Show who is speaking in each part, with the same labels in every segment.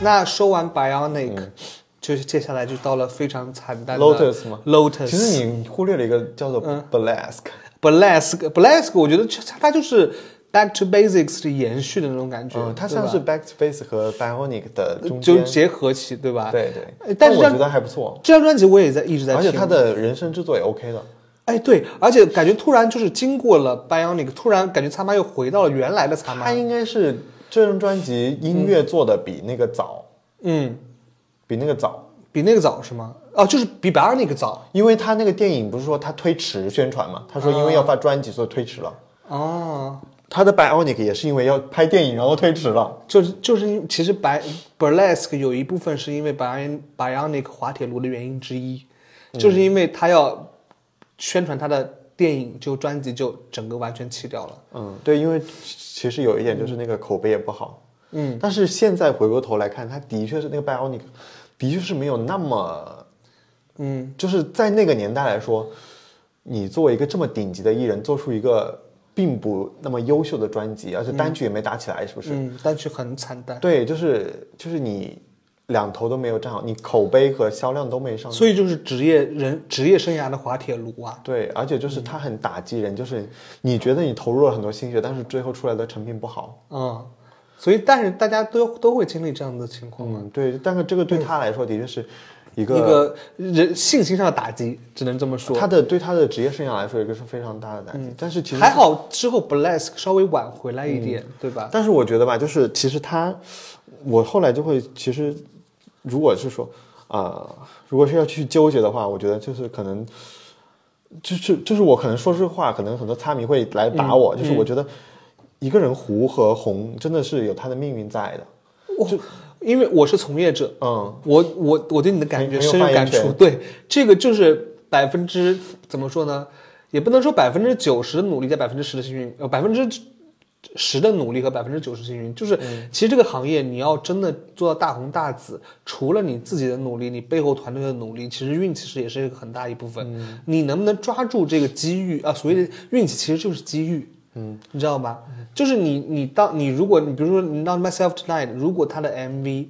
Speaker 1: 那说完 Bionic，、就是接下来就到了非常惨淡的
Speaker 2: 嗯 Lotus 吗
Speaker 1: ？Lotus，嗯
Speaker 2: 其实你忽略了一个叫做 Blask，、
Speaker 1: Blask，Blask，我觉得它它就是 Back to Basics 的延续的那种感觉，
Speaker 2: 嗯，它
Speaker 1: 对
Speaker 2: 像
Speaker 1: 吧呃
Speaker 2: 是 Backspace 和 Bionic 的中
Speaker 1: 就
Speaker 2: 间，
Speaker 1: 结合起，对吧？
Speaker 2: 对对
Speaker 1: 哎，但是
Speaker 2: 我
Speaker 1: 让
Speaker 2: 觉得还不错，
Speaker 1: 这张专辑我也在一直在听，
Speaker 2: 而且他的人声制作也 OK 的，
Speaker 1: 哎，对，而且感觉突然就是经过了 Bionic，突然感觉他妈又回到了原来的他妈
Speaker 2: 他。应该是这张专辑音乐做的比那个早，
Speaker 1: 嗯，
Speaker 2: 比那个早，
Speaker 1: 比那个早是吗？哦，就是比 Bionic 早。
Speaker 2: 因为他那个电影不是说他推迟宣传嘛，他说
Speaker 1: 嗯
Speaker 2: 因为要发专辑所以推迟了。
Speaker 1: 哦，
Speaker 2: 他的 Bionic 也是因为要拍电影，然后推迟了。
Speaker 1: 就是就是因，其实白 Burlesque 有一部分是因为 Bion Bionic 滑铁卢的原因之一，
Speaker 2: 嗯
Speaker 1: 就是因为他要宣传他的电影，就专辑就整个完全弃掉了。
Speaker 2: 嗯，对，因为其实有一点就是那个口碑也不好。嗯，但是现在回过头来看，他的确是那个 Bionic，的确是没有那么，
Speaker 1: 嗯，
Speaker 2: 就是在那个年代来说，你作为一个这么顶级的艺人，做出一个并不那么优秀的专辑，而且单曲也没打起来，是不是？
Speaker 1: 嗯，单曲很惨淡，
Speaker 2: 对，就是就是你两头都没有站好，你口碑和销量都没上去。
Speaker 1: 所以就是职业人职业生涯的滑铁卢啊。
Speaker 2: 对，而且就是它很打击人，就是你觉得你投入了很多心血，但是最后出来的成品不好。
Speaker 1: 嗯，所以但是大家都都会经历这样的情况。啊
Speaker 2: 嗯，对，但是这个对他来说的确是嗯一
Speaker 1: 一
Speaker 2: 个，
Speaker 1: 个人信心上的打击，只能这么说。嗯
Speaker 2: 他的对他的职业生涯来说，一个是非常大的打击。但是其实嗯
Speaker 1: 还好之后 Bless 稍微晚回来一点，对吧？
Speaker 2: 但是我觉得吧，就是其实他，我后来就会，其实如果是说啊、如果是要去纠结的话，我觉得就是可能，就是就是我可能说这话，可能很多擦迷会来打
Speaker 1: 嗯
Speaker 2: 我，就是我觉得一个人糊和红真的是有他的命运在的，
Speaker 1: 我因为我是从业者，
Speaker 2: 嗯。
Speaker 1: 我我我对你的感觉
Speaker 2: 很很有
Speaker 1: 深有
Speaker 2: 发言
Speaker 1: 感触。
Speaker 2: 权
Speaker 1: 对，这个就是百分之怎么说呢？也不能说百分之九十的努力加百分之十的幸运，呃，百分之十的努力和百分之九十幸运，就是其实这个行业你要真的做到大红大紫，除了你自己的努力，你背后团队的努力，其实运气是也是一个很大一部分。你能不能抓住这个机遇啊？所谓的运气其实就是机遇。嗯，你知道吗？就是你，你到你，如果你比如说你到 Myself Tonight，如果他的 MV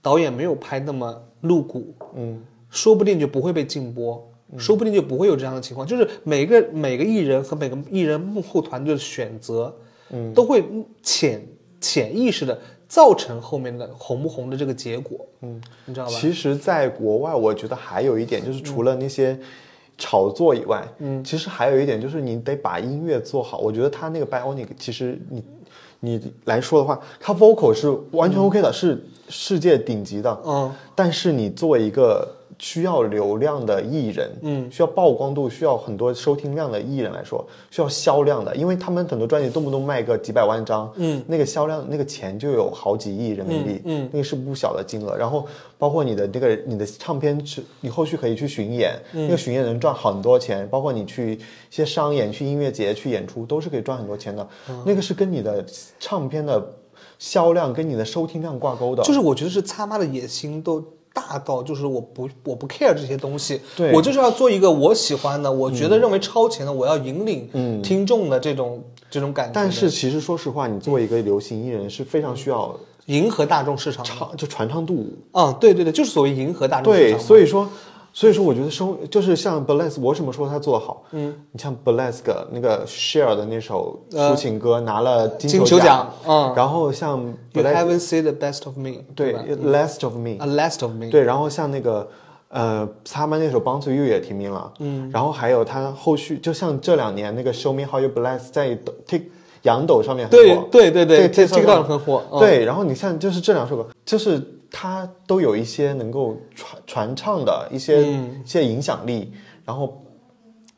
Speaker 1: 导演没有拍那么露骨，嗯，说不定就不会被禁播，
Speaker 2: 嗯
Speaker 1: 说不定就不会有这样的情况。就是每个每个艺人和每个艺人幕后团队的选择，嗯，都会潜潜意识的造成后面的红不红的这个结果，嗯，你知道吧？
Speaker 2: 其实，在国外，我觉得还有一点就是，除了那些炒作以外，嗯，其实还有一点就是，你得把音乐做好。我觉得他那个 Bionic，其实你你来说的话，他 vocal 是完全 OK 的，是世界顶级的。
Speaker 1: 嗯，
Speaker 2: 但是你作为一个需要流量的艺人，嗯，需要曝光度、需要很多收听量的艺人来说，需要销量的，因为他们很多专辑动不动卖个几百万张，嗯，那个销量那个钱就有好几亿人民币，嗯，那个是不小的金额。然后包括你的这个你的唱片是，你后续可以去巡演，那个巡演能赚很多钱，包括你去一些商演、去音乐节、去演出，都是可以赚很多钱的。那个是跟你的唱片的。销量跟你的收听量挂钩的，
Speaker 1: 就是我觉得是他妈的野心都大到，就是我不我不 care 这些东西，
Speaker 2: 对嗯
Speaker 1: 我就是要做一个我喜欢的，我觉得认为超前的，我要引领听众的这种、这种感觉的，
Speaker 2: 但是其实说实话，你作为一个流行艺人是非常需要
Speaker 1: 迎合大众市场。
Speaker 2: 唱就传唱度，
Speaker 1: 嗯，对对对，就是所谓迎合大众市
Speaker 2: 对，
Speaker 1: 场。
Speaker 2: 所以说所以说我觉得生就是像 Bless，我为什么说他做的好？嗯，你像 Bless 的那个 Share 的那首抒情歌拿了
Speaker 1: 呃金
Speaker 2: 球
Speaker 1: 球奖嗯
Speaker 2: 然后像
Speaker 1: You
Speaker 2: Bless
Speaker 1: haven't seen the best of me，
Speaker 2: 对
Speaker 1: 吧嗯
Speaker 2: Last of Me，
Speaker 1: ？A last of me，
Speaker 2: 对，然后像那个呃，他们那首《Bound to You》也提名了，嗯，然后还有他后续，就像这两年那个《Show Me How You Bless》在 Tik 洋抖上面很
Speaker 1: 对
Speaker 2: 火
Speaker 1: 对对对
Speaker 2: 这
Speaker 1: TikTok 很火嗯
Speaker 2: 对，然后你像就是这两首歌，就是它都有一些能够传传唱的一些、
Speaker 1: 嗯
Speaker 2: 一些影响力，然后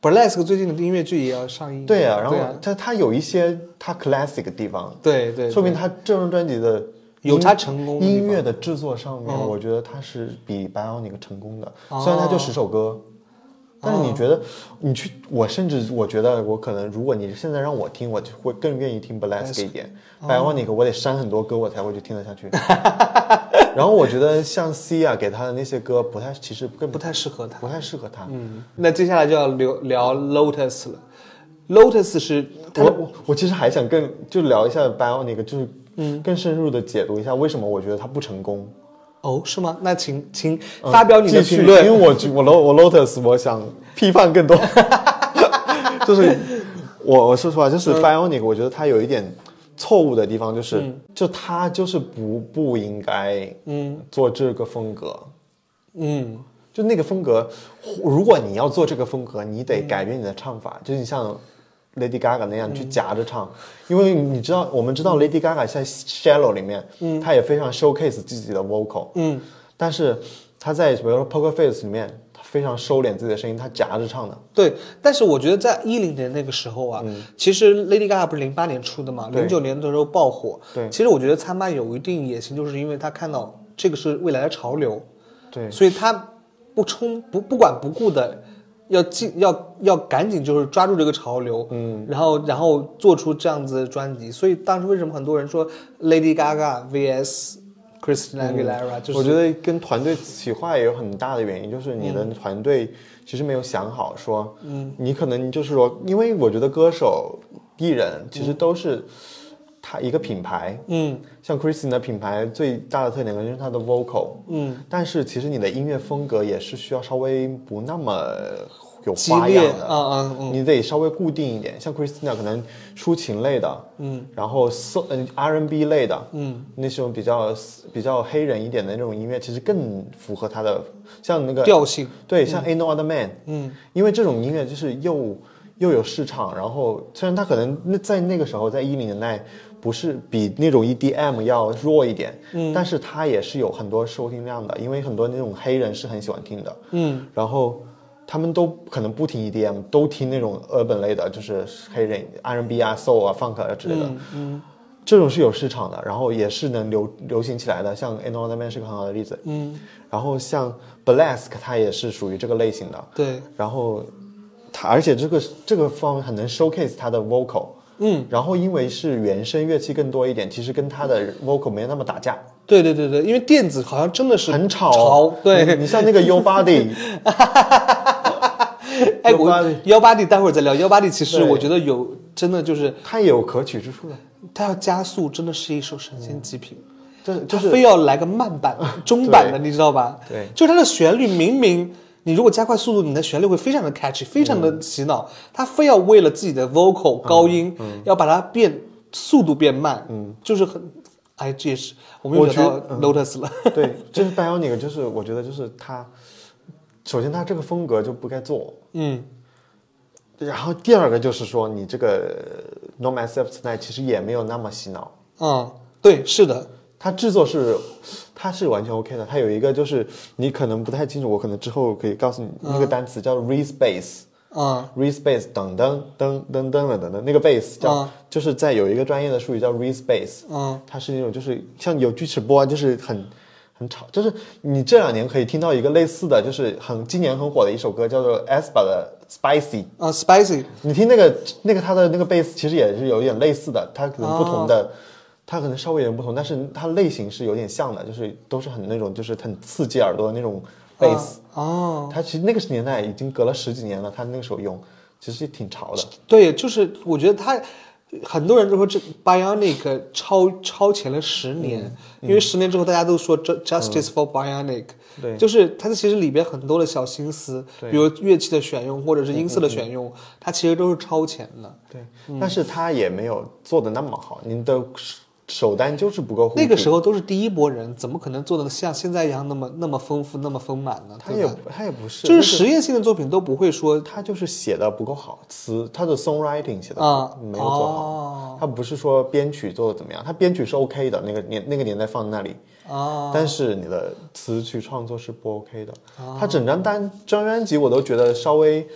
Speaker 1: Burlesque 最近的音乐剧也要上映。
Speaker 2: 对啊，然后
Speaker 1: 对啊
Speaker 2: 它它有一些它 classic 的地方，
Speaker 1: 对对，
Speaker 2: 说明
Speaker 1: 对
Speaker 2: 他这张专辑的
Speaker 1: 有
Speaker 2: 音
Speaker 1: 他成功的地方哦
Speaker 2: 音乐的制作上面，我觉得他是比 Bionic 成功的。虽然他就十首
Speaker 1: 哦
Speaker 2: 歌，但是你觉得你去，我甚至我觉得我可能，如果你现在让我听，我就会更愿意听 Blessed 一点。Bionic
Speaker 1: 哦
Speaker 2: 我得删很多歌，我才会去听得下 去。然后我觉得像 C 啊给他的那些歌不太，其实更
Speaker 1: 不太适合他。
Speaker 2: 不太适合他。
Speaker 1: 嗯，那接下来就要聊聊 Lotus 了。Lotus 是
Speaker 2: 我我我其实还想
Speaker 1: 嗯
Speaker 2: 更就聊一下 Bionic，就是更深入的解读一下为什么我觉得他不成功。
Speaker 1: 哦，是吗？那请请发表你的
Speaker 2: 嗯继续，
Speaker 1: 评
Speaker 2: 因
Speaker 1: 论。
Speaker 2: 为我觉我 lo 我 lotus 我想批判更 多，就是我我说实话，就是 bionic，、我觉得它有一点错误的地方，就是、就它就是不不应该嗯做这个风格，
Speaker 1: 嗯
Speaker 2: 就那个风格，如果你要做这个风格，你得改变你的唱法，就是你像 Lady Gaga 那样去夹着唱，因为你知道，我们知道 Lady Gaga 在 Shallow 里面，嗯，她也非常 showcase 自己的 vocal，
Speaker 1: 嗯，
Speaker 2: 但是她在比如说 Poker Face 里面，她非常收敛自己的声音，她夹着唱的，
Speaker 1: 对，但是我觉得在一零年那个时候啊，其实 Lady Gaga 不是零八年出的嘛，
Speaker 2: 嗯对
Speaker 1: 零九年的时候爆火。
Speaker 2: 对
Speaker 1: 其实我觉得她妈有一定野心，就是因为她看到这个是未来的潮流，
Speaker 2: 对，
Speaker 1: 所以她不冲不不管不顾的要进要要赶紧就是抓住这个潮流，嗯，然后然后做出这样子的专辑。所以当时为什么很多人说 Lady Gaga vs Christina Aguilera，、就是
Speaker 2: 嗯我觉得跟团队企划也有很大的原因，就是你的
Speaker 1: 嗯
Speaker 2: 团队其实没有想好说，嗯，你可能就是说，因为我觉得歌手、艺人其实都是他一个品牌，
Speaker 1: 嗯
Speaker 2: 像 Christine 的品牌最大的特点可能就是她的 vocal，
Speaker 1: 嗯，
Speaker 2: 但是其实你的音乐风格也是需要稍微不那么有
Speaker 1: 激
Speaker 2: 花样
Speaker 1: 烈，
Speaker 2: 的，
Speaker 1: 嗯嗯嗯，
Speaker 2: 你得稍微固定一点，像 Christina 可能抒情类的，嗯，然后 so 嗯 R&B 类的，嗯，那种比较比较黑人一点的那种音乐，其实更符合他的，像那个
Speaker 1: 调性，
Speaker 2: 对，像 A No Other Man，嗯，因为这种音乐就是又又有市场，然后虽然它可能那在那个时候在一零年代不是比那种 EDM 要弱一点，嗯，但是它也是有很多收听量的，因为很多那种黑人是很喜欢听的，
Speaker 1: 嗯，
Speaker 2: 然后。他们都可能不听 EDM，都听那种 urban 类的，就是黑人 R&B 啊、soul 啊、funk 啊之类的。这种是有市场的，然后也是能流流行起来的，像 a n o t h e r Man 是个很好的例子。嗯，然后像 Blask 它也是属于这个类型的，
Speaker 1: 对，
Speaker 2: 然后它而且这个这个方面很能 showcase 它的 vocal。嗯，然后因为是原声乐器更多一点，其实跟它的 vocal 没那么打架，
Speaker 1: 对对对对，因为电子好像真的是
Speaker 2: 很吵。嗯
Speaker 1: 潮对，
Speaker 2: 你你像那个 U Body，
Speaker 1: 哎，我
Speaker 2: 180
Speaker 1: 幺八 D 待会儿再聊。幺八 D 其实
Speaker 2: 对
Speaker 1: 我觉得有真的就是
Speaker 2: 它也有可取之处的，
Speaker 1: 它要加速，真的是一首神仙极品。
Speaker 2: 这
Speaker 1: 它
Speaker 2: 嗯就是
Speaker 1: 非要来个慢 版、中版的，你知道吧？
Speaker 2: 对，
Speaker 1: 就是它的旋律明明你如果加快速度，你的旋律会非常的 catchy，非常
Speaker 2: 嗯
Speaker 1: 的洗脑。它非要为了自己的 vocal 高音，
Speaker 2: 嗯
Speaker 1: 要把它变速度变慢，嗯，就是很，哎，这也是我们又
Speaker 2: 我
Speaker 1: 聊
Speaker 2: 觉嗯
Speaker 1: 到 Lotus 了，
Speaker 2: 对，就是 Bionic，就是我觉得就是它，首先它这个风格就不该做，
Speaker 1: 嗯，
Speaker 2: 然后第二个就是说，你这个呃 No Myself Tonight 其实也没有那么洗脑，
Speaker 1: 嗯，对，是的，
Speaker 2: 它制作是它是完全 OK 的。它有一个就是你可能不太清楚，我可能之后可以告诉你那个单词叫 respace。
Speaker 1: 嗯
Speaker 2: respace 等噔噔噔噔噔噔噔，那个 bass 叫、
Speaker 1: 嗯
Speaker 2: 就是在有一个专业的术语叫 respace，
Speaker 1: 嗯，
Speaker 2: 它是那种就是像有锯齿波啊，就是很很吵，就是你这两年可以听到一个类似的，就是很今年很火的一首歌叫做 aespa 的 spicy，
Speaker 1: 嗯，Spicy，
Speaker 2: 你听那个那个它的那个贝斯，其实也是有点类似的，它可能不同
Speaker 1: 哦
Speaker 2: 的，它可能稍微有点不同，但是它类型是有点像的，就是都是很那种就是很刺激耳朵的那种贝斯。
Speaker 1: 哦，
Speaker 2: 它其实那个年代已经隔了十几年了，它那个时候用其实挺潮的。
Speaker 1: 对，就是我觉得他很多人都说这 Bionic 超超前了十年，
Speaker 2: 嗯
Speaker 1: 因为十年之后大家都说 Ju- Justice for Bionic，、
Speaker 2: 对
Speaker 1: 就是它其实里边很多的小心思，比如乐器的选用或者是音色
Speaker 2: 嗯
Speaker 1: 的选用，它其实都是超前的。
Speaker 2: 对，但是它也没有做的那么好，你的手手单就是不够。
Speaker 1: 那个时
Speaker 2: 候，
Speaker 1: 候都是第一波人，怎么可能做的像现在一样那么那么丰富、那么丰满呢？
Speaker 2: 它
Speaker 1: 对
Speaker 2: 也
Speaker 1: 吧？
Speaker 2: 它也不是，
Speaker 1: 就是实验性的作品都不会说
Speaker 2: 它就是写的不够好，词它的 songwriting 写的
Speaker 1: 啊
Speaker 2: 没有做好。
Speaker 1: 哦
Speaker 2: 它不是说编曲做的怎么样，它编曲是 OK 的，那个年那个年代放在那里，
Speaker 1: 啊，
Speaker 2: 但是你的词曲创作是不 OK 的。
Speaker 1: 哦
Speaker 2: 它整张单张专辑我都觉得稍微，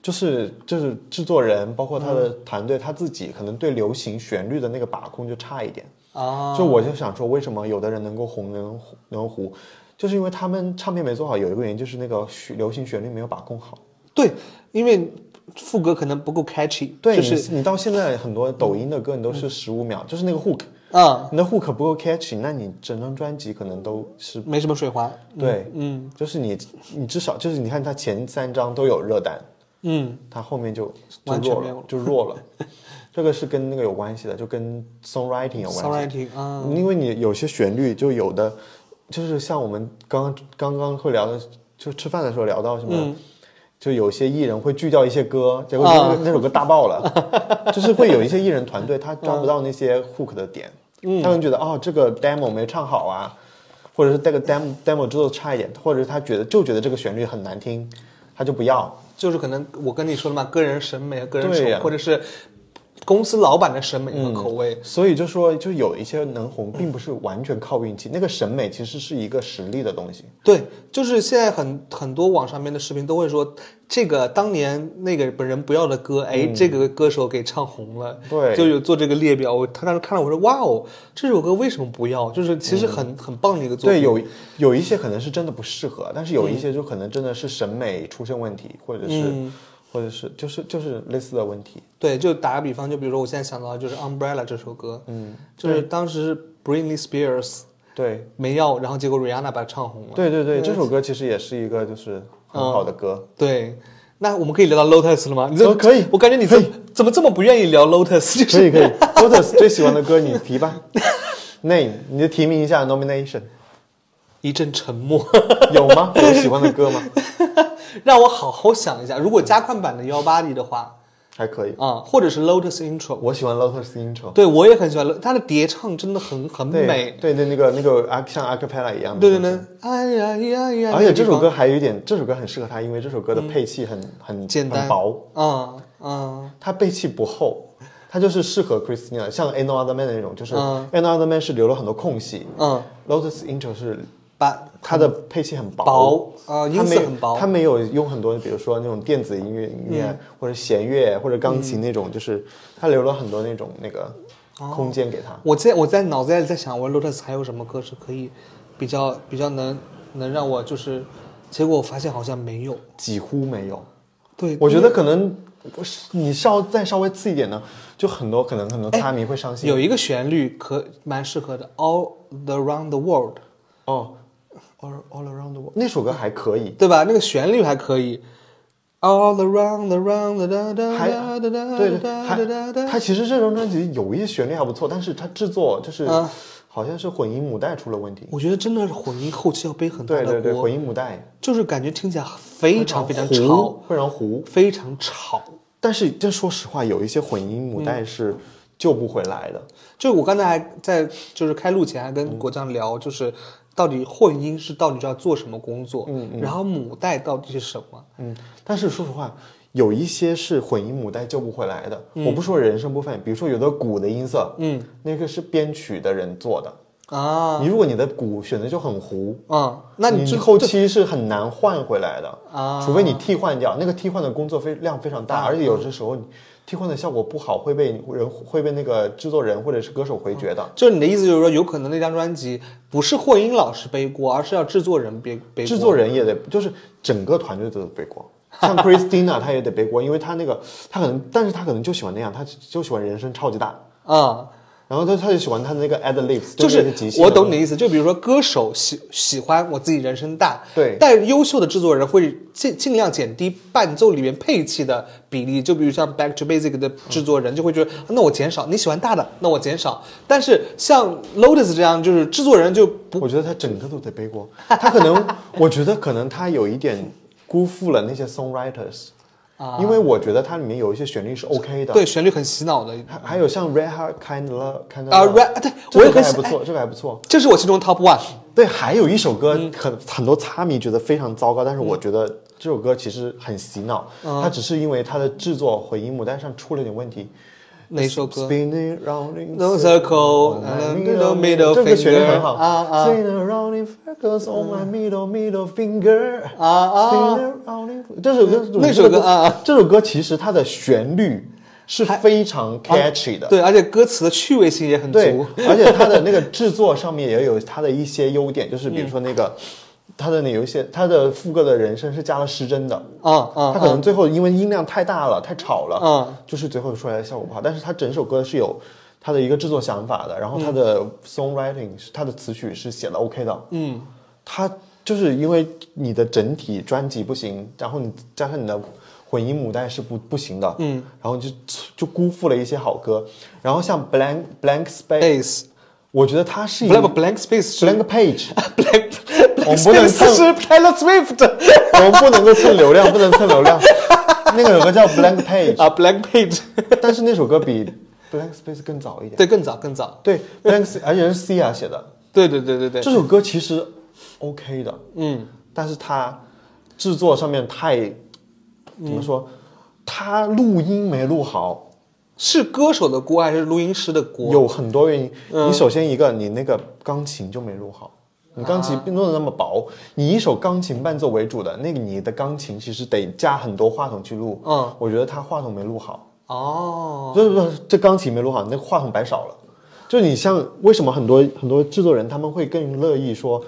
Speaker 2: 就是就是制作人包括他的团队、他自己可能对流行旋律的那个把控就差一点。
Speaker 1: 啊，
Speaker 2: 就我就想说，为什么有的人能够红能红能糊，就是因为他们唱片没做好，有一个原因就是那个旋流行旋律没有把控好。
Speaker 1: 对，因为副歌可能不够 catchy，
Speaker 2: 对，
Speaker 1: 就
Speaker 2: 你
Speaker 1: 是
Speaker 2: 你到现在很多抖音的歌，你都是十五秒，就是那个 hook，
Speaker 1: 啊，
Speaker 2: 你的 hook 不够 catchy，那你整张专辑可能都是
Speaker 1: 没什么水环。
Speaker 2: 对，
Speaker 1: 嗯
Speaker 2: 就是你你至少就是你看它前三张都有热单，
Speaker 1: 嗯，
Speaker 2: 它后面就就
Speaker 1: 完全
Speaker 2: 弱
Speaker 1: 没有
Speaker 2: 了，就弱 了。这个是跟那个有关系的，就跟 songwriting 有关系。
Speaker 1: songwriting 啊，
Speaker 2: 因为你有些旋律就有的，就是像我们刚刚刚会聊的，就吃饭的时候聊到什么，就有些艺人会锯掉一些歌，结果那个、那首歌大爆了，就是会有一些艺人团队他抓不到那些 hook 的点，他们觉得哦这个 demo 没唱好啊，或者是这个 demo demo 制作差一点，或者是他觉得就觉得这个旋律很难听，他就不要。
Speaker 1: 就是可能我跟你说的嘛，个人审美、个人
Speaker 2: 对
Speaker 1: 手，
Speaker 2: 呀嗯
Speaker 1: 或者是公司老板的审美和口味。
Speaker 2: 所以就说，就有一些能红，并不是完全靠运气，那个审美其实是一个实力的东西。
Speaker 1: 对，就是现在很很多网上面的视频都会说，这个当年那个本人不要的歌，哎，这个歌手给唱红了，
Speaker 2: 嗯对
Speaker 1: 就有做这个列表。我他当时看了，我说哇哦，这首歌为什么不要？就是其实很、很棒的一个作
Speaker 2: 嗯对，
Speaker 1: 品。嗯
Speaker 2: 有有一些可能是真的不适合，但是有一些就可能真的是审美出现问题，或者是、或者是就是就是类似的问题。
Speaker 1: 对，就打个比方，就比如说我现在想到的就是《Umbrella》这首歌，嗯，就是当时 Britney Spears
Speaker 2: 对，
Speaker 1: 没要，然后结果 Rihanna 把它唱红了。嗯
Speaker 2: 对对对，这首歌其实也是一个就是很好的歌。
Speaker 1: 对，那我们可以聊到 Lotus 了吗？你
Speaker 2: 哦
Speaker 1: 这
Speaker 2: 可以
Speaker 1: 我感觉你怎怎么这么不愿意聊 Lotus？就
Speaker 2: 可
Speaker 1: 是
Speaker 2: 以可 以 l o t u s 最喜欢的歌你提吧，Name，你就提名一下 nomination，
Speaker 1: 一阵沉默，
Speaker 2: 有吗？有喜欢的歌吗？
Speaker 1: 让我好好想一下。如果加快版的幺八里的话，
Speaker 2: 还可以，
Speaker 1: 啊、或者是 Lotus Intro，
Speaker 2: 我喜欢 Lotus Intro。
Speaker 1: 对我也很喜欢 Lo- 它的叠唱真的很很
Speaker 2: 对
Speaker 1: 美。
Speaker 2: 对对，那个那个阿像 a c a p e l a 一样的。
Speaker 1: 对对对，哎呀呀呀！
Speaker 2: 而且这首
Speaker 1: 那个地
Speaker 2: 歌还有一点，这首歌很适合他，因为这首歌的配器很、很
Speaker 1: 嗯简单
Speaker 2: 很薄，
Speaker 1: 方，啊啊，
Speaker 2: 它配器不厚，它就是适合 Christina，像 a No Other Man 那种，就是
Speaker 1: 嗯
Speaker 2: a No Other Man 是留了很多空隙、
Speaker 1: 嗯，
Speaker 2: l o t u s Intro 是
Speaker 1: 把
Speaker 2: 它的配器很薄，
Speaker 1: 薄啊，音
Speaker 2: 它没
Speaker 1: 色很薄嗯
Speaker 2: 它，没有用很多，比如说那种电子音乐、音乐或者弦乐或者钢琴那种，就是它留了很多那种那个
Speaker 1: 哦
Speaker 2: 空间给他。
Speaker 1: 我在我在脑子里在想，我 Lotus 还有什么歌是可以比较比较能能让我就是，结果我发现好像没有。
Speaker 2: 几乎没有。
Speaker 1: 对，
Speaker 2: 我觉得可能我是你稍再稍微次一点呢，就很多可能很多擦迷会伤
Speaker 1: 哎
Speaker 2: 心。
Speaker 1: 有一个旋律可蛮适合的，All the Round the World，
Speaker 2: 哦，All All Around the World 那首歌还可以，
Speaker 1: 对吧？那个旋律还可以。All around the round da da da
Speaker 2: 还
Speaker 1: da da da
Speaker 2: 对
Speaker 1: da da
Speaker 2: 对，
Speaker 1: da
Speaker 2: 还
Speaker 1: da。
Speaker 2: 它其实这张专辑有一些旋律还不错，但是它制作就是
Speaker 1: 啊
Speaker 2: 好像是混音母带出了问题。
Speaker 1: 我觉得真的是混音后期要背很大
Speaker 2: 对
Speaker 1: 的
Speaker 2: 对对，
Speaker 1: 锅，
Speaker 2: 混音母带
Speaker 1: 就是感觉听起来非常非常
Speaker 2: 糊
Speaker 1: 吵，
Speaker 2: 非常糊。
Speaker 1: 非常吵。
Speaker 2: 但是这说实话，有一些混音母
Speaker 1: 嗯
Speaker 2: 带是救不回来的。
Speaker 1: 就我刚才还在就是开录前还跟
Speaker 2: 嗯
Speaker 1: 国江聊，就是到底混音是到底要做什么工作，然后母带到底是什么？
Speaker 2: 嗯，但是说实话，有一些是混音母带救不回来的。我不说人声部分，比如说有的鼓的音色，
Speaker 1: 嗯
Speaker 2: 那个是编曲的人做的。
Speaker 1: 啊
Speaker 2: 你如果你的鼓选的就很糊，
Speaker 1: 嗯，那你
Speaker 2: 你
Speaker 1: 就
Speaker 2: 后期是很难换回来的
Speaker 1: 啊嗯
Speaker 2: 除非你替换掉，那个替换的工作非量非常大，而且有的时候你替换的效果不好，会被人会被那个制作人或者是歌手
Speaker 1: 啊
Speaker 2: 回绝的。
Speaker 1: 就是你的意思就是说，有可能那张专辑不是混音老师背锅，而是要制作人背背锅。
Speaker 2: 制作人也得，就是整个团队都得背锅。像 Christina 她也得背锅，因为她那个她可能，但是她可能就喜欢那样，她就喜欢人声超级大，
Speaker 1: 啊、
Speaker 2: 然后她她就喜欢她那个 ad libs，
Speaker 1: 就是
Speaker 2: 那个即兴的
Speaker 1: 我懂你的意思，就比如说歌手喜喜欢我自己人声大，
Speaker 2: 对
Speaker 1: 但优秀的制作人会尽尽量减低伴奏里面配器的比例，就比如像 Back to Basic 的制作人就会觉得，啊那我减少，你喜欢大的，那我减少。但是像 Lotus 这样，就是制作人就不
Speaker 2: 我觉得他整个都得背锅，他可能， 我觉得可能他有一点辜负了那些 songwriters，
Speaker 1: 啊
Speaker 2: 因为我觉得它里面有一些旋律是 OK 的，
Speaker 1: 对旋律很洗脑的
Speaker 2: 还还有像 Red Heart Kind Love Kind
Speaker 1: 啊
Speaker 2: Love，
Speaker 1: ，Red，对
Speaker 2: 这
Speaker 1: 我也很
Speaker 2: 首歌还
Speaker 1: 喜
Speaker 2: 不
Speaker 1: 欢，哎
Speaker 2: 错，这个还不错。
Speaker 1: 这是我心中 Top One。
Speaker 2: 对，还有一首歌
Speaker 1: 嗯
Speaker 2: 很很多擦迷觉得非常糟糕，但是我觉得这首歌其实很洗脑，
Speaker 1: 嗯
Speaker 2: 它只是因为它的制作混音母带上出了点问题。
Speaker 1: 哪首歌？
Speaker 2: Spinning round in
Speaker 1: No circle,
Speaker 2: my
Speaker 1: and middle middle
Speaker 2: 这个旋律
Speaker 1: finger
Speaker 2: 很好
Speaker 1: 啊啊
Speaker 2: Spinning round in circles on my middle middle finger
Speaker 1: 啊啊
Speaker 2: Spinning round in 这首歌
Speaker 1: 那首歌啊啊，
Speaker 2: 这首歌其实它的旋律是非常 catchy 的，
Speaker 1: 对，而且歌词的趣味性也很
Speaker 2: 对
Speaker 1: 足。，
Speaker 2: 而且它的那个制作上面也有它的一些优点，就是比如说那个它的那有一些它的副歌的人声是加了失真的，
Speaker 1: 啊啊
Speaker 2: 它可能最后因为音量太大了，太吵了，
Speaker 1: 嗯，
Speaker 2: 就是最后出来的效果不好。但是它整首歌是有它的一个制作想法的，然后它的 songwriting 是它的词曲是写的 OK 的，
Speaker 1: 嗯，
Speaker 2: 它就是因为你的整体专辑不行，然后你加上你的混音母带是不不行的，嗯，然后就就辜负了一些好歌。然后像 blank blank space
Speaker 1: ，bass
Speaker 2: 我觉得他是一个
Speaker 1: blank blank space 是
Speaker 2: 嗯 blank page，
Speaker 1: blank
Speaker 2: 我
Speaker 1: blank
Speaker 2: 们不能
Speaker 1: space 是 Taylor Swift
Speaker 2: 我们不能够蹭流量，不能 蹭流量。那个有个叫 blank page，
Speaker 1: 啊，blank page
Speaker 2: 但是那首歌比 blank space 更早一点。
Speaker 1: 对更早更早，
Speaker 2: 对 blank，space，而且是 C 啊写的。
Speaker 1: 对对对对对，
Speaker 2: 这首歌其实 OK 的，嗯，但是它制作上面太怎么说？它录音没录好，
Speaker 1: 是歌手的锅还是录音师的锅？
Speaker 2: 有很多原因。你首先一个，你那个钢琴就没录好，你钢琴弄得那么薄，你一首钢琴伴奏为主的，那个你的钢琴其实得加很多话筒去录。
Speaker 1: 嗯，
Speaker 2: 我觉得他话筒没录好，
Speaker 1: 哦，
Speaker 2: 就是说这钢琴没录好，那话筒摆少了。就你像为什么很多很多制作人他们会更乐意说，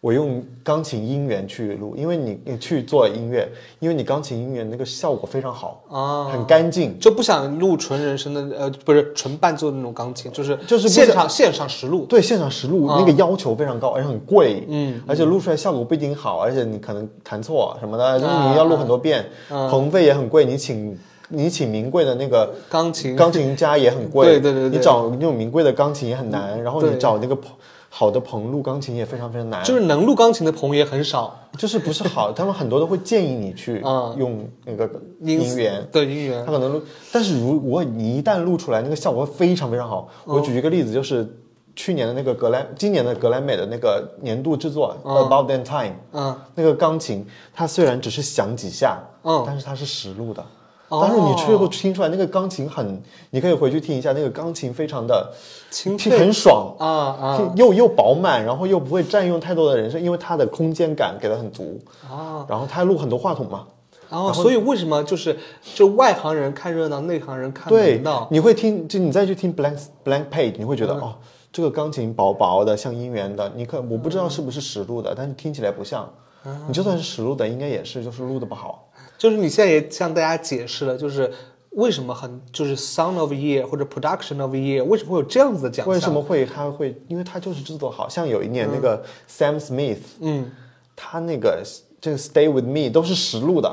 Speaker 2: 我用钢琴音源去录，因为你你去做音乐，因为你钢琴音源那个效果非常好，
Speaker 1: 啊，
Speaker 2: 很干净。
Speaker 1: 就不想录纯人声的，呃，不是纯伴奏的那种钢琴，就是
Speaker 2: 就是不
Speaker 1: 现
Speaker 2: 想
Speaker 1: 场现场实录，
Speaker 2: 对，现场实录那个要求非常高，而且很贵，哦嗯，而且录出来效果不一定好，而且你可能弹错什么的，就是你要录很多遍，棚费也很贵，你请你请名贵的那个
Speaker 1: 钢琴
Speaker 2: 钢琴家也很贵，
Speaker 1: 对对对对嗯
Speaker 2: 你找那种名贵的钢琴也很难，然后你
Speaker 1: 对
Speaker 2: 找那个棚好的棚录钢琴也非常非常难，
Speaker 1: 就是能录钢琴的朋友也很少，
Speaker 2: 就是不是好，他们很多都会建议你去用那个音源，
Speaker 1: 对啊音源
Speaker 2: 他可能录，但是如果你一旦录出来，那个效果会非常非常好。
Speaker 1: 哦
Speaker 2: 我举一个例子，就是去年的那个格莱，今年的格莱美的那个年度制作《About
Speaker 1: 哦
Speaker 2: That Time》，
Speaker 1: 嗯，
Speaker 2: 那个钢琴它虽然只是响几下，
Speaker 1: 嗯，
Speaker 2: 但是它是实录的。
Speaker 1: 哦
Speaker 2: 但是你最后听出来那个钢琴很，你可以回去听一下，那个钢琴非常的
Speaker 1: 清
Speaker 2: 听很爽，
Speaker 1: 啊啊
Speaker 2: 听又又饱满，然后又不会占用太多的人声，因为它的空间感给的很足。
Speaker 1: 啊！
Speaker 2: 然后它还录很多话筒嘛，
Speaker 1: 然后所以为什么就是就外行人看热闹，内行人看
Speaker 2: 对
Speaker 1: 门道？，嗯
Speaker 2: 你会听，就你再去听 blank blank page，你会觉得、哦，这个钢琴薄薄的，像音源的，你可我不
Speaker 1: 嗯
Speaker 2: 知道是不是实录的，但是听起来不像。
Speaker 1: 啊
Speaker 2: 你就算是实录的，应该也是就是录的不好。
Speaker 1: 就是你现在也向大家解释了，就是为什么很就是 Sound of Year 或者 Production of Year 为什么会有这样子的奖
Speaker 2: 为
Speaker 1: 项？
Speaker 2: 什么会他会？因为他就是制作好，像有一年那个 Sam Smith，
Speaker 1: 嗯
Speaker 2: 他那个这个 Stay with Me 都是实录的，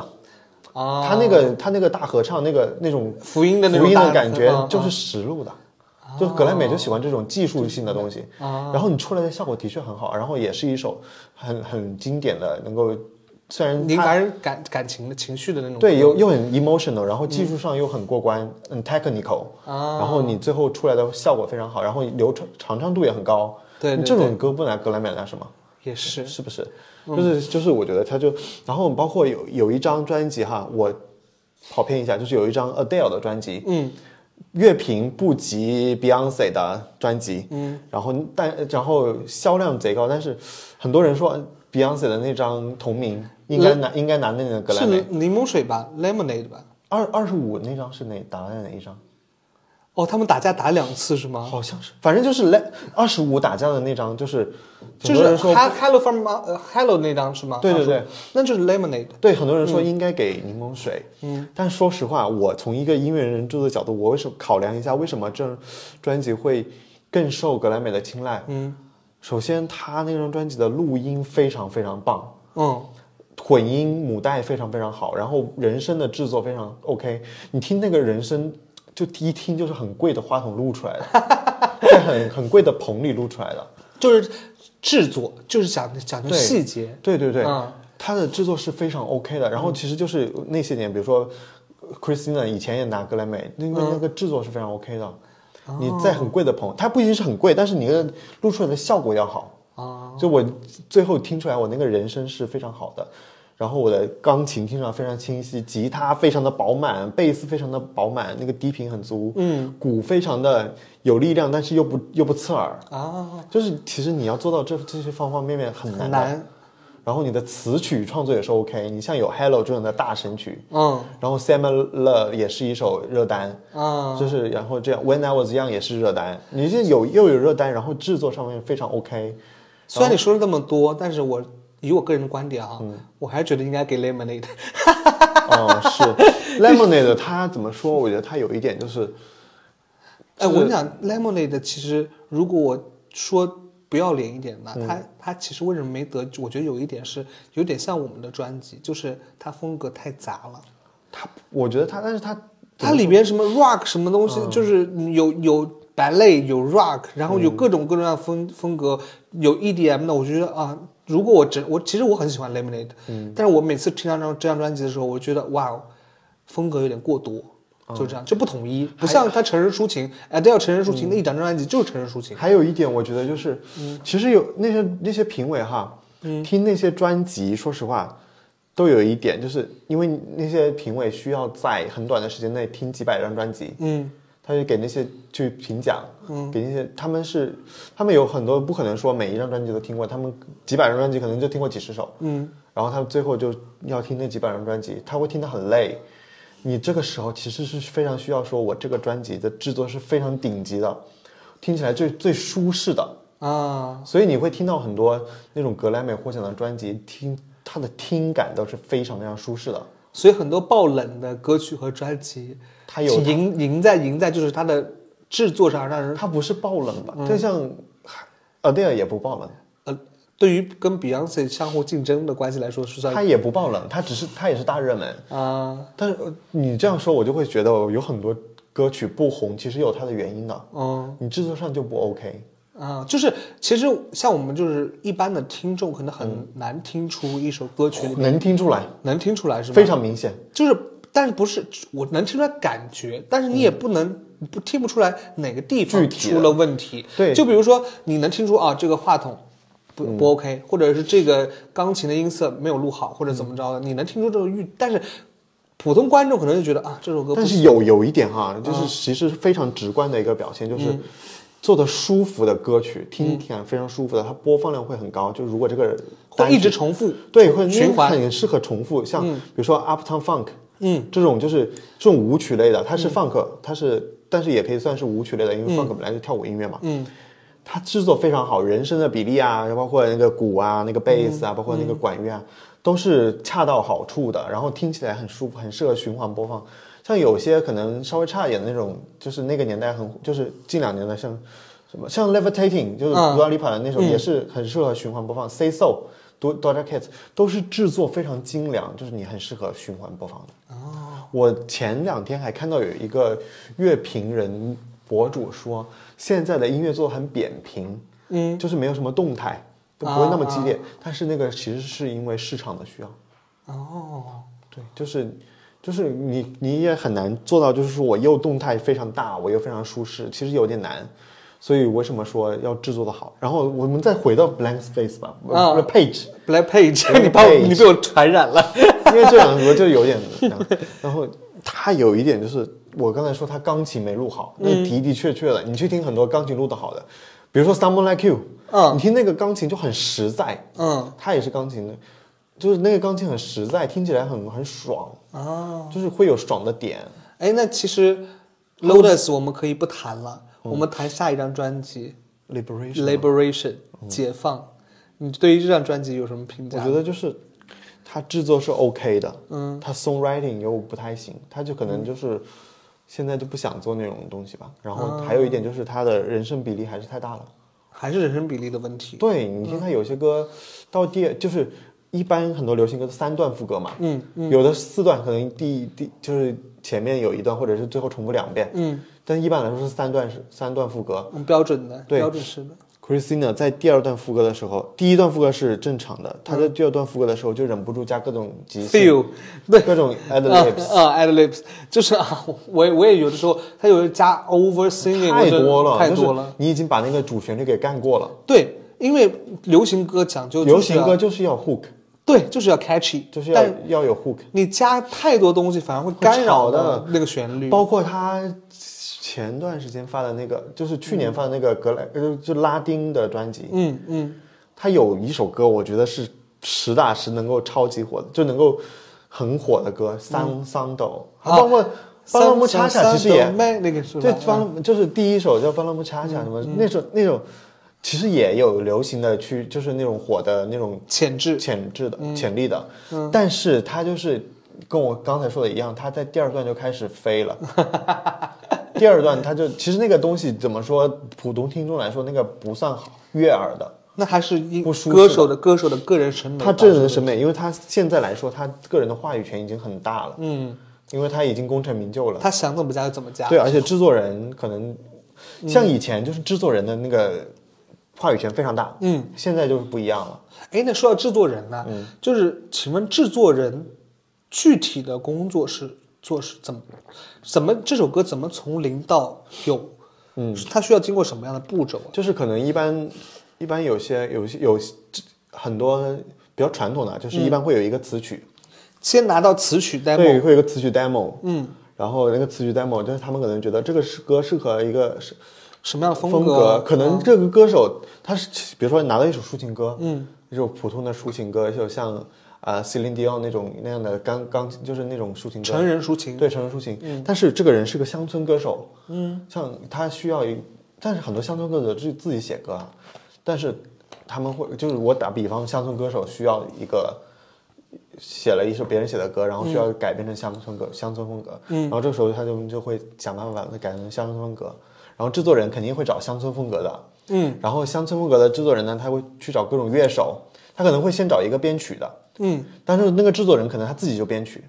Speaker 1: 啊，
Speaker 2: 他那个他那个大合唱那个那种
Speaker 1: 福音的那
Speaker 2: 福
Speaker 1: 种
Speaker 2: 音
Speaker 1: 大
Speaker 2: 的感觉
Speaker 1: 嗯
Speaker 2: 就是实录的，就是格莱美就喜欢这种技术性的东西。
Speaker 1: 啊
Speaker 2: 然后你出来的效果的确很好，然后也是一首很很经典的，能够虽然
Speaker 1: 你
Speaker 2: 它
Speaker 1: 反正感感情的情绪的那种
Speaker 2: 对又又很 emotional，然后技术上又很过关，很 technical，
Speaker 1: 嗯啊，
Speaker 2: 然后你最后出来的效果非常好，然后流畅长唱度也很高。
Speaker 1: 对
Speaker 2: 你
Speaker 1: 对
Speaker 2: 这种歌不拿格莱美拿什么？
Speaker 1: 也是
Speaker 2: 是不是？
Speaker 1: 嗯
Speaker 2: 就是就是，我觉得他就，然后包括有有一张专辑哈，我跑偏一下，就是有一张 Adele 的专辑，
Speaker 1: 嗯，
Speaker 2: 乐评不及 Beyonce 的专辑，嗯，然后但然后销量贼高，但是很多人说 Beyonce 的那张同名应该拿、应该拿那个格莱
Speaker 1: 呃是
Speaker 2: 美，
Speaker 1: 柠檬水吧，Lemonade 吧？
Speaker 2: 二二十五那张是哪打在哪一张？
Speaker 1: 哦，他们打架打两次是吗？
Speaker 2: 好像是，反正就是来二十五打架的那张，就是
Speaker 1: 就
Speaker 2: 很多
Speaker 1: 是
Speaker 2: 人说
Speaker 1: Ha- Hello from 呃 Hello 那张是吗？
Speaker 2: 对对对
Speaker 1: 他说，那就是 Lemonade。
Speaker 2: 对，很多人说应该给柠檬水，嗯，但说实话，我从一个音乐人制作角度，我为什么考量一下为什么这张专辑会更受格莱美的青睐？
Speaker 1: 嗯
Speaker 2: 首先，他那张专辑的录音非常非常棒，
Speaker 1: 嗯，
Speaker 2: 混音母带非常非常好，然后人声的制作非常 OK，你听那个人声。就一听就是很贵的话筒录出来的，在很很贵的棚里录出来的。
Speaker 1: 就是制作，就是讲讲究
Speaker 2: 对
Speaker 1: 细节。
Speaker 2: 对对对，
Speaker 1: 嗯
Speaker 2: 它的制作是非常 OK 的。然后其实就是那些年，比如说 Christina 以前也拿格莱美，那个、那个制作是非常 OK 的。你在很贵的棚，它不一定是很贵，但是你的录出来的效果要好。
Speaker 1: 啊，
Speaker 2: 就我最后听出来，我那个人声是非常好的，然后我的钢琴听上来非常清晰，吉他非常的饱满，贝斯非常的饱满，那个低频很足，嗯，鼓非常的有力量，但是又不又不刺耳。
Speaker 1: 啊，
Speaker 2: 就是其实你要做到这这些方方面面很难的
Speaker 1: 很难。
Speaker 2: 然后你的词曲创作也是 OK，你像有 Hello 这种的大神曲，
Speaker 1: 嗯
Speaker 2: 然后 Sam Love 也是一首热单，
Speaker 1: 啊，
Speaker 2: 就是然后这样 When I Was Young 也是热单，你这有又有热单，然后制作上面非常 OK，
Speaker 1: 虽然你说了这么多，但是我以我个人的观点啊，我还是觉得应该给 Lemonade。
Speaker 2: 哦是 Lemonade 它怎么说？我觉得它有一点就是，
Speaker 1: 哎，
Speaker 2: 就
Speaker 1: 我
Speaker 2: 是
Speaker 1: 跟你讲，Lemonade 其实如果我说不要脸一点吧，它它其实为什么没得？我觉得有一点是有点像我们的专辑，就是它风格太杂了。
Speaker 2: 它我觉得它，但是它
Speaker 1: 它里边什么 rock 什么东西，就是有有白类，有 rock，然后有各种各种各样的风、风格，有 EDM 的，我觉得啊，如果我只我其实我很喜欢 Lemonade，嗯，但是我每次听到这张这张专辑的时候，我觉得哇，哦风格有点过多。就这样，就不统一，不像他成人抒情，Adele 成人抒情那一整张专辑就是成人抒情。
Speaker 2: 还有一点，我觉得就是，其实有那些那些评委哈，听那些专辑，说实话，都有一点，就是因为那些评委需要在很短的时间内听几百张专辑，
Speaker 1: 嗯，
Speaker 2: 他就给那些去评奖，嗯，给那些他们是他们有很多不可能说每一张专辑都听过，他们几百张专辑可能就听过几十首，
Speaker 1: 嗯，
Speaker 2: 然后他们最后就要听那几百张专辑，他会听得很累。你这个时候其实是非常需要说，我这个专辑的制作是非常顶级的，听起来最最舒适的，
Speaker 1: 啊，
Speaker 2: 所以你会听到很多那种格莱美获奖的专辑，听它的听感都是非常非常舒适的。
Speaker 1: 所以很多爆冷的歌曲和专辑，
Speaker 2: 它有
Speaker 1: 赢赢在赢在就是它的制作上让人
Speaker 2: 它不是爆冷吧？就像 Adele 也不爆冷，
Speaker 1: 呃，对于跟 Beyonce 相互竞争的关系来说是算
Speaker 2: 它也不爆冷，它只是它也是大热门。
Speaker 1: 啊，
Speaker 2: 但是呃你这样说，我就会觉得有很多歌曲不红，其实有它的原因的。
Speaker 1: 嗯
Speaker 2: 你制作上就不 OK，
Speaker 1: 啊，就是其实像我们就是一般的听众，可能
Speaker 2: 嗯
Speaker 1: 很难听出一首歌曲里
Speaker 2: 能听出来，
Speaker 1: 能听出来是吧？
Speaker 2: 嗯非常明显。
Speaker 1: 就是，但是不是我能听出来感觉，但是你也不能、不听不出来哪个地方
Speaker 2: 嗯具体的
Speaker 1: 出了问题。
Speaker 2: 对嗯
Speaker 1: 就比如说你能听出啊，这个话筒不不 OK，、或者是这个钢琴的音色没有录好，或者
Speaker 2: 嗯
Speaker 1: 怎么着的，你能听出这个预，但是普通观众可能就觉得啊，这首歌不啊
Speaker 2: 但是有有一点哈，就是其实非常直观的一个表现，就是
Speaker 1: 嗯
Speaker 2: 做的舒服的歌曲，听起来非常舒服的，它播放量会很高。就如果这个
Speaker 1: 会
Speaker 2: 单
Speaker 1: 一直重复。
Speaker 2: 对会
Speaker 1: 循环
Speaker 2: 很适合重复，像比如说 Uptown Funk，
Speaker 1: 嗯，
Speaker 2: 这种就是这种舞曲类的，它是 funk，它是但是也可以算是舞曲类的，因为 funk 本来就跳舞音乐嘛，
Speaker 1: 嗯，
Speaker 2: 它制作非常好，人声的比例啊，包括那个鼓啊、那个贝斯
Speaker 1: 嗯
Speaker 2: 啊，包括那个管乐啊，都是恰到好处的，然后听起来很舒服，很适合循环播放。像有些可能稍微差一点的那种，就是那个年代很，就是近两年的像。什么像 Levitating 就是
Speaker 1: 嗯
Speaker 2: Dua Lipa 的那首，也是很适合循环播放。Say So、Do Doja Cat 都是制作非常精良，就是你很适合循环播放的。我前两天还看到有一个乐评人博主说，现在的音乐做得很扁平，嗯，就是没有什么动态，就不会那么激烈。但是那个其实是因为市场的需要，
Speaker 1: 哦，
Speaker 2: 对，就是就是你你也很难做到，就是说我又动态非常大，我又非常舒适，其实有点难。所以为什么说要制作的好？然后我们再回到 blank space 吧，呃
Speaker 1: 啊
Speaker 2: 不是 page，
Speaker 1: Black Page，你把我
Speaker 2: Page
Speaker 1: 你被我传染了。
Speaker 2: 因为这两个就有点难。 然后他有一点就是，我刚才说他钢琴没录好，那
Speaker 1: 嗯
Speaker 2: 个的的确确的，你去听很多钢琴录的好的，比如说《Someone Like You》，
Speaker 1: 嗯
Speaker 2: 你听那个钢琴就很实在，
Speaker 1: 嗯
Speaker 2: 它也是钢琴的，就是那个钢琴很实在，听起来很很爽，
Speaker 1: 啊。
Speaker 2: 就是会有爽的点。
Speaker 1: 哎，那其实 Lotus 我们可以不谈了，
Speaker 2: 嗯
Speaker 1: 我们谈下一张专辑
Speaker 2: Liberation，
Speaker 1: Liberation 解放。你对于这张专辑有什么评
Speaker 2: 嗯我
Speaker 1: 价
Speaker 2: 觉？得就是他制作是 OK 的，
Speaker 1: 嗯，
Speaker 2: 他 songwriting 又不太行，他就可能就是现在就不想做那种东西吧。然后还有一点就是他的人声比例还是太大了。
Speaker 1: 还是人声比例的问题。
Speaker 2: 对你听他有些歌到第就是一般很多流行歌都三段副歌嘛，
Speaker 1: 嗯，
Speaker 2: 有的四段可能第第就是前面有一段或者是最后重复两遍，
Speaker 1: 嗯，
Speaker 2: 但一般来说是三段是三段副歌。
Speaker 1: 嗯标准的，
Speaker 2: 对
Speaker 1: 标准 式的。
Speaker 2: Christina 在第二段副歌的时候，第一段副歌是正常的，她在第二段副歌的时候就忍不住加各种即
Speaker 1: 嗯
Speaker 2: 兴
Speaker 1: Feel，对，
Speaker 2: 各种 ad
Speaker 1: 啊
Speaker 2: libs，
Speaker 1: 啊，ad libs，就是啊，我也我也有的时候，它有的加 over singing，
Speaker 2: 太多了，
Speaker 1: 太多
Speaker 2: 就是
Speaker 1: 了。
Speaker 2: 你已经把那个主旋律给干过了。
Speaker 1: 对，因为流行歌讲究
Speaker 2: 流
Speaker 1: 就是
Speaker 2: 行
Speaker 1: 要
Speaker 2: 歌就是要 hook，
Speaker 1: 对，就是要 catchy，
Speaker 2: 就是要
Speaker 1: 但
Speaker 2: 要有 hook。
Speaker 1: 你加太多东西反而会干扰到那个旋律。
Speaker 2: 包括他前段时间发的那个，就是去年发的那个格莱，呃，就拉丁的专辑，
Speaker 1: 嗯嗯，
Speaker 2: 他有一首歌，我觉得是实打实能够超级火的，就能够很火的歌《桑桑斗》，还包括《巴拉木恰恰》，其实也
Speaker 1: 卖那个是吧？嗯
Speaker 2: 对，巴拉木就是第一首叫《巴拉木恰恰》什么，那首那首其实也有流行的去，就是那种火的那种
Speaker 1: 潜质
Speaker 2: 潜质的、潜力的，但是他就是跟我刚才说的一样，他在第二段就开始飞了。 第二段他就其实那个东西怎么说，普通听众来说那个不算好悦耳的，
Speaker 1: 那还是因
Speaker 2: 不舒适
Speaker 1: 歌手的歌手的个人审美
Speaker 2: 他
Speaker 1: 吧。
Speaker 2: 这人的审美，因为他现在来说他个人的话语权已经很大了，
Speaker 1: 嗯，
Speaker 2: 因为他已经功成名就了。
Speaker 1: 他想怎么加就怎么加。
Speaker 2: 对，而且制作人可能像以前就是制作人的那个话语权非常大，嗯，现在就是不一样了。
Speaker 1: 哎，那说到制作人呢，
Speaker 2: 嗯
Speaker 1: 就是请问制作人具体的工作是做是怎么怎么这首歌怎么从零到有？嗯，它需要经过什么样的步骤啊？
Speaker 2: 就是可能一般一般有些有些有些很多比较传统的啊，就是一般会有一个词曲，
Speaker 1: 先拿到词曲 demo，
Speaker 2: 对，会有一个词曲 demo，嗯，然后那个词曲 demo 就是他们可能觉得这个是歌适合一个是
Speaker 1: 什么样的
Speaker 2: 风
Speaker 1: 格？嗯
Speaker 2: 可能这个歌手他是比如说拿到一首抒情歌，嗯，一首普通的抒情歌，就像啊、呃、Celine Dion 那种那样的钢钢就是那种抒情歌，
Speaker 1: 成人抒情，
Speaker 2: 对，成人抒情。但是这个人是个乡村歌手，嗯，像他需要一，但是很多乡村歌手自自己写歌啊，但是他们会就是我打比方，乡村歌手需要一个写了一首别人写的歌，然后需要改编成乡村歌、乡村风格，嗯，然后这个时候他就就会想办法把它改成乡村风格，然后制作人肯定会找乡村风格的，嗯，然后乡村风格的制作人呢，他会去找各种乐手，他可能会先找一个编曲的，
Speaker 1: 嗯，
Speaker 2: 但是那个制作人可能他自己就编曲，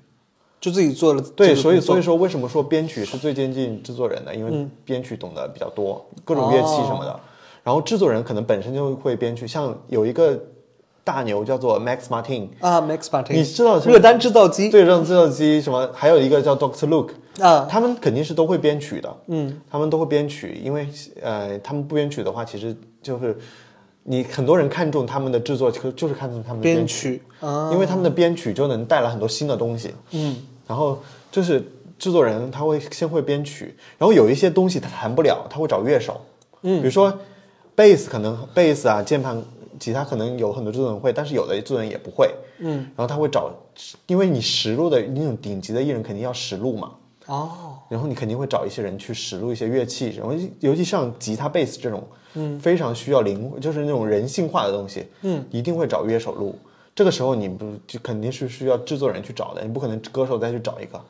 Speaker 1: 就自己做了。
Speaker 2: 对，所以所以说为什么说编曲是最接近制作人的？因
Speaker 1: 嗯
Speaker 2: 为编曲懂得比较多，各种乐器什
Speaker 1: 哦
Speaker 2: 么的。然后制作人可能本身就会编曲，像有一个大牛叫做 Max Martin，
Speaker 1: 啊，Max Martin，
Speaker 2: 你知道是
Speaker 1: 热单制造机
Speaker 2: 对，让制造机什么，还有一个叫 Doctor Luke，
Speaker 1: 啊，
Speaker 2: 他们肯定是都会编曲的，嗯，他们都会编曲，因为呃，他们不编曲的话，其实就是你很多人看重他们的制作，就就是看重他们的
Speaker 1: 编
Speaker 2: 编曲。
Speaker 1: 曲啊，
Speaker 2: 因为他们的编曲就能带来很多新的东西。嗯，然后就是制作人他会先会编曲，然后有一些东西他弹不了，他会找乐手。嗯，比如说贝斯可能贝斯啊，键盘、吉他可能有很多制作人会，但是有的制作人也不会。嗯，然后他会找，因为你实录的那种顶级的艺人肯定要实录嘛。
Speaker 1: 哦，
Speaker 2: 然后你肯定会找一些人去实录一些乐器，然后尤其像吉他、贝斯这种，嗯，非常需要灵，就是那种人性化的东西，嗯，一定会找乐手录。这个时候你不就肯定是需要制作人去找的，你不可能歌手再去找一个，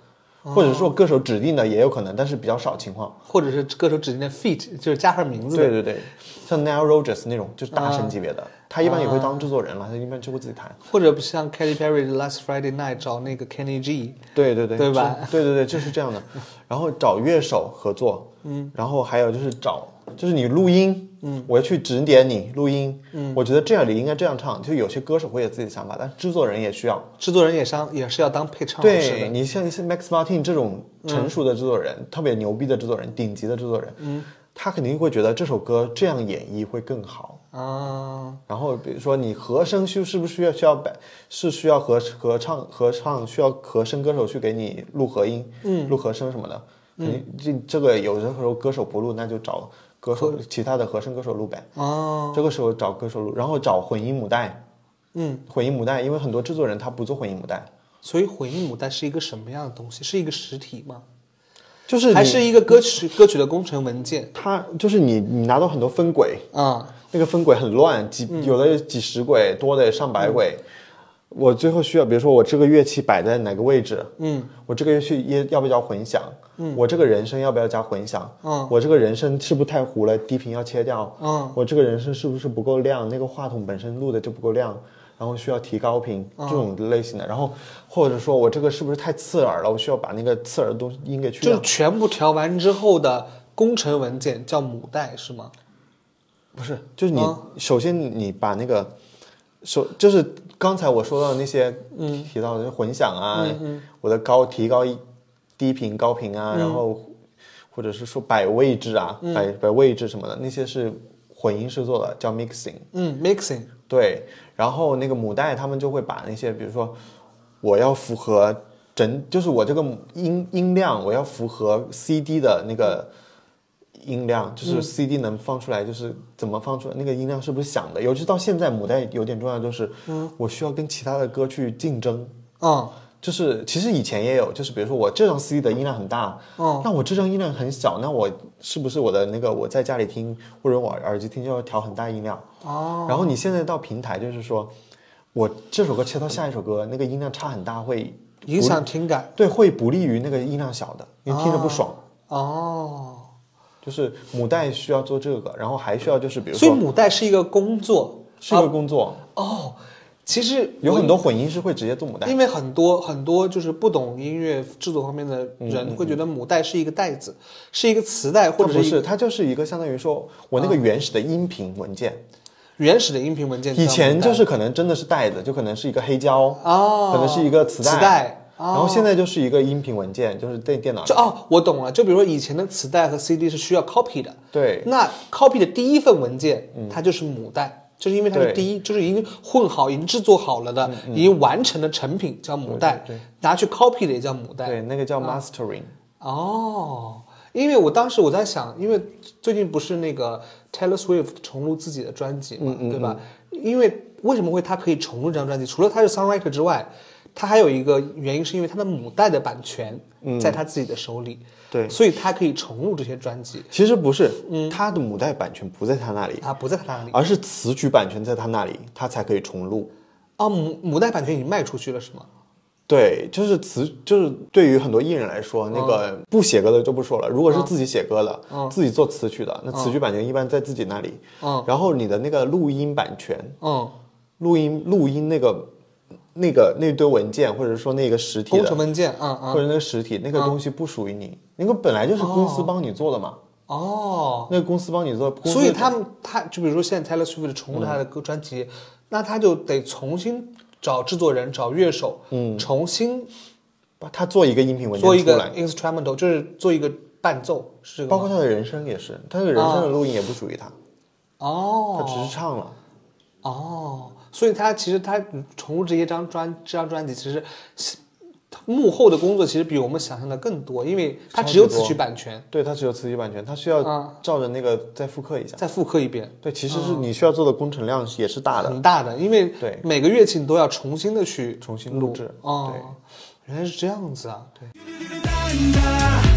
Speaker 2: 或者说歌手指定的也有可能，但是比较少情况。
Speaker 1: 或者是歌手指定的 feat，就是加上名字的
Speaker 2: 对啊对对，像 Nile Rodgers 那种就是大神级别的，他一般也会当制作人了，他一般就会自己弹。
Speaker 1: 或者像 Katy Perry 的 Last Friday Night 找那个 Kenny G，
Speaker 2: 对对对，
Speaker 1: 对吧
Speaker 2: 就？对对对，就是这样 的。然后找乐手合作，嗯，然后还有就是找，就是你录音，嗯，我要去指点你录音，嗯，我觉得这样你应该这样唱。就有些歌手会有自己的想法，但是制作人也需要。
Speaker 1: 制作人也商也是要当配唱老师
Speaker 2: 对
Speaker 1: 的，
Speaker 2: 你像像 Max Martin 这种成熟的制作人，特别牛逼的制作人，顶级的制作人，嗯，他肯定会觉得这首歌这样演绎会更好。
Speaker 1: 啊，
Speaker 2: 然后比如说你和声需是不是需要需要摆是需要合合唱合唱需要和声歌手去给你录和音，嗯，录和声什么的，嗯，这这个有的时候歌手不录，那就找歌手其他的和声歌手录呗，
Speaker 1: 哦，
Speaker 2: 这个时候找歌手录，然后找混音母带，
Speaker 1: 嗯，
Speaker 2: 混音母带，因为很多制作人他不做混音母带，
Speaker 1: 所以混音母带是一个什么样的东西？是一个实体吗？
Speaker 2: 就是你
Speaker 1: 还是一个歌曲歌曲的工程文件
Speaker 2: 他就是你你拿到很多分轨，
Speaker 1: 啊？
Speaker 2: 那个分轨很乱，几有的有几十轨，多的上百轨。我最后需要，比如说我这个乐器摆在哪个位置，嗯，我这个乐器也要不要混响，嗯，我这个人声要不要加混响，嗯，我这个人声是不是太糊了，低频要切掉，嗯，我这个人声是不是不够亮，那个话筒本身录的就不够亮，然后需要提高频这种类型的，然后或者说我这个是不是太刺耳了，我需要把那个刺耳的东西音给去
Speaker 1: 就是，
Speaker 2: 掉
Speaker 1: 全部调完之后的工程文件叫母带是吗？
Speaker 2: 不是，就是你、首先你你把那个首就是刚才我说到的那些，嗯，提到的混响啊，我的高提高一低频高频啊，然后或者是说摆位置啊，摆摆位置什么的，那些是混音师做的，叫 mixing。
Speaker 1: 嗯，mixing
Speaker 2: 对，然后那个母带他们就会把那些，比如说我要符合整，就是我这个音音量，我要符合 CD 的那个音量，就是 CD 能放出来，就是怎么放出来，那个音量是不是响的？尤其到现在，母带有点重要，就是我需要跟其他的歌去竞争。
Speaker 1: 啊、
Speaker 2: 就是其实以前也有，就是比如说我这张 CD 的音量很大，哦，那我这张音量很小，那我是不是我的那个我在家里听或者我耳机听就要调很大音量？哦，然后你现在到平台就是说，我这首歌切到下一首歌，那个音量差很大，会
Speaker 1: 影响听感
Speaker 2: 对会不利于那个音量小的，因为听着不
Speaker 1: 啊
Speaker 2: 爽。
Speaker 1: 哦。
Speaker 2: 就是母带需要做这个，然后还需要就是比如
Speaker 1: 所以啊
Speaker 2: 说
Speaker 1: 母带是一个工作，
Speaker 2: 是一个工作，
Speaker 1: 哦，其实
Speaker 2: 有很多混音是会直接做母带，
Speaker 1: 因为很多很多就是不懂音乐制作方面的
Speaker 2: 嗯
Speaker 1: 人会觉得母带是一个带子，是一个磁带或者
Speaker 2: 它不
Speaker 1: 是一个
Speaker 2: 是，它就是一个相当于说我
Speaker 1: 啊
Speaker 2: 那个原始的音频文件，
Speaker 1: 原始的音频文件叫母带。
Speaker 2: 以前就是可能真的是带子，就可能是一个黑胶，
Speaker 1: 哦，
Speaker 2: 可能是一个磁带，
Speaker 1: 磁带哦
Speaker 2: 然后现在就是一个音频文件，就是在电脑
Speaker 1: 就
Speaker 2: 里。
Speaker 1: 哦，我懂了。就比如说以前的磁带和 CD 是需要 copy 的，
Speaker 2: 对，嗯
Speaker 1: 那 copy 的第一份文件，它就是母带，就是因为它是
Speaker 2: 对嗯
Speaker 1: 第一，就是已经混好、已经制作好了的、已经完成的成品叫母带，拿去 copy 的也叫母带。
Speaker 2: 对，那个叫 mastering，、
Speaker 1: 哦，因为我当时我在想，因为最近不是那个 Taylor Swift 重录自己的专辑
Speaker 2: 嗯
Speaker 1: 嘛，对吧？因为为什么会他可以重录这张专辑？除了他是 songwriter 之外，他还有一个原因是因为他的母带的版权在他自己的手里，
Speaker 2: 嗯对嗯
Speaker 1: 所以他可以重录这些专辑，
Speaker 2: 其实不是，它的母带版权不在它那里，
Speaker 1: 他不在他那里。
Speaker 2: 而是词曲版权在它那里，它才可以重录。
Speaker 1: 哦，母母带版权已经卖出去了是吗？
Speaker 2: 对，嗯就是词，就是对于很多艺人来说，那个不写歌的就不说了，如果是自己写歌的，自己做词曲的，那词曲版权一般在自己那里。
Speaker 1: 嗯
Speaker 2: 然后你的那个录音版权，
Speaker 1: 嗯，
Speaker 2: 录音录音那个那个那堆文件，或者说那个实体
Speaker 1: 工
Speaker 2: 的，
Speaker 1: 程文件，嗯嗯，
Speaker 2: 或者那个实体那个东西不属于你，那个本来就是公司帮你做的嘛，
Speaker 1: 哦，
Speaker 2: 那个公司帮你做，公司
Speaker 1: 所以他们他就比如说现在 Taylor Swift 重录他的歌
Speaker 2: 嗯
Speaker 1: 专辑，那他就得重新找制作人、找乐手，嗯，重新
Speaker 2: 把他做一个音频文件
Speaker 1: 做一
Speaker 2: 出
Speaker 1: 个
Speaker 2: 来，
Speaker 1: instrumental，就是做一个伴奏，是这个
Speaker 2: 包
Speaker 1: 吗
Speaker 2: 括他的人声也是，他的人
Speaker 1: 啊
Speaker 2: 声的录音也不属于他，他只
Speaker 1: 哦
Speaker 2: 是唱了。
Speaker 1: 哦，所以他其实他重录这一张专这张专辑，其实幕后的工作其实比我们想象的更多，因为他只有
Speaker 2: 超级
Speaker 1: 词
Speaker 2: 多
Speaker 1: 曲版权，
Speaker 2: 对，他只有词曲版权，他需要
Speaker 1: 啊
Speaker 2: 照着那个再复刻一下。
Speaker 1: 再啊复刻一遍。
Speaker 2: 对，其实是你需要做的工程量也是大的，
Speaker 1: 很大的，因为
Speaker 2: 对
Speaker 1: 每个乐器你都要重新的去
Speaker 2: 重新录制
Speaker 1: 哦
Speaker 2: 对，
Speaker 1: 原来是这样子啊，对。
Speaker 3: Da, da,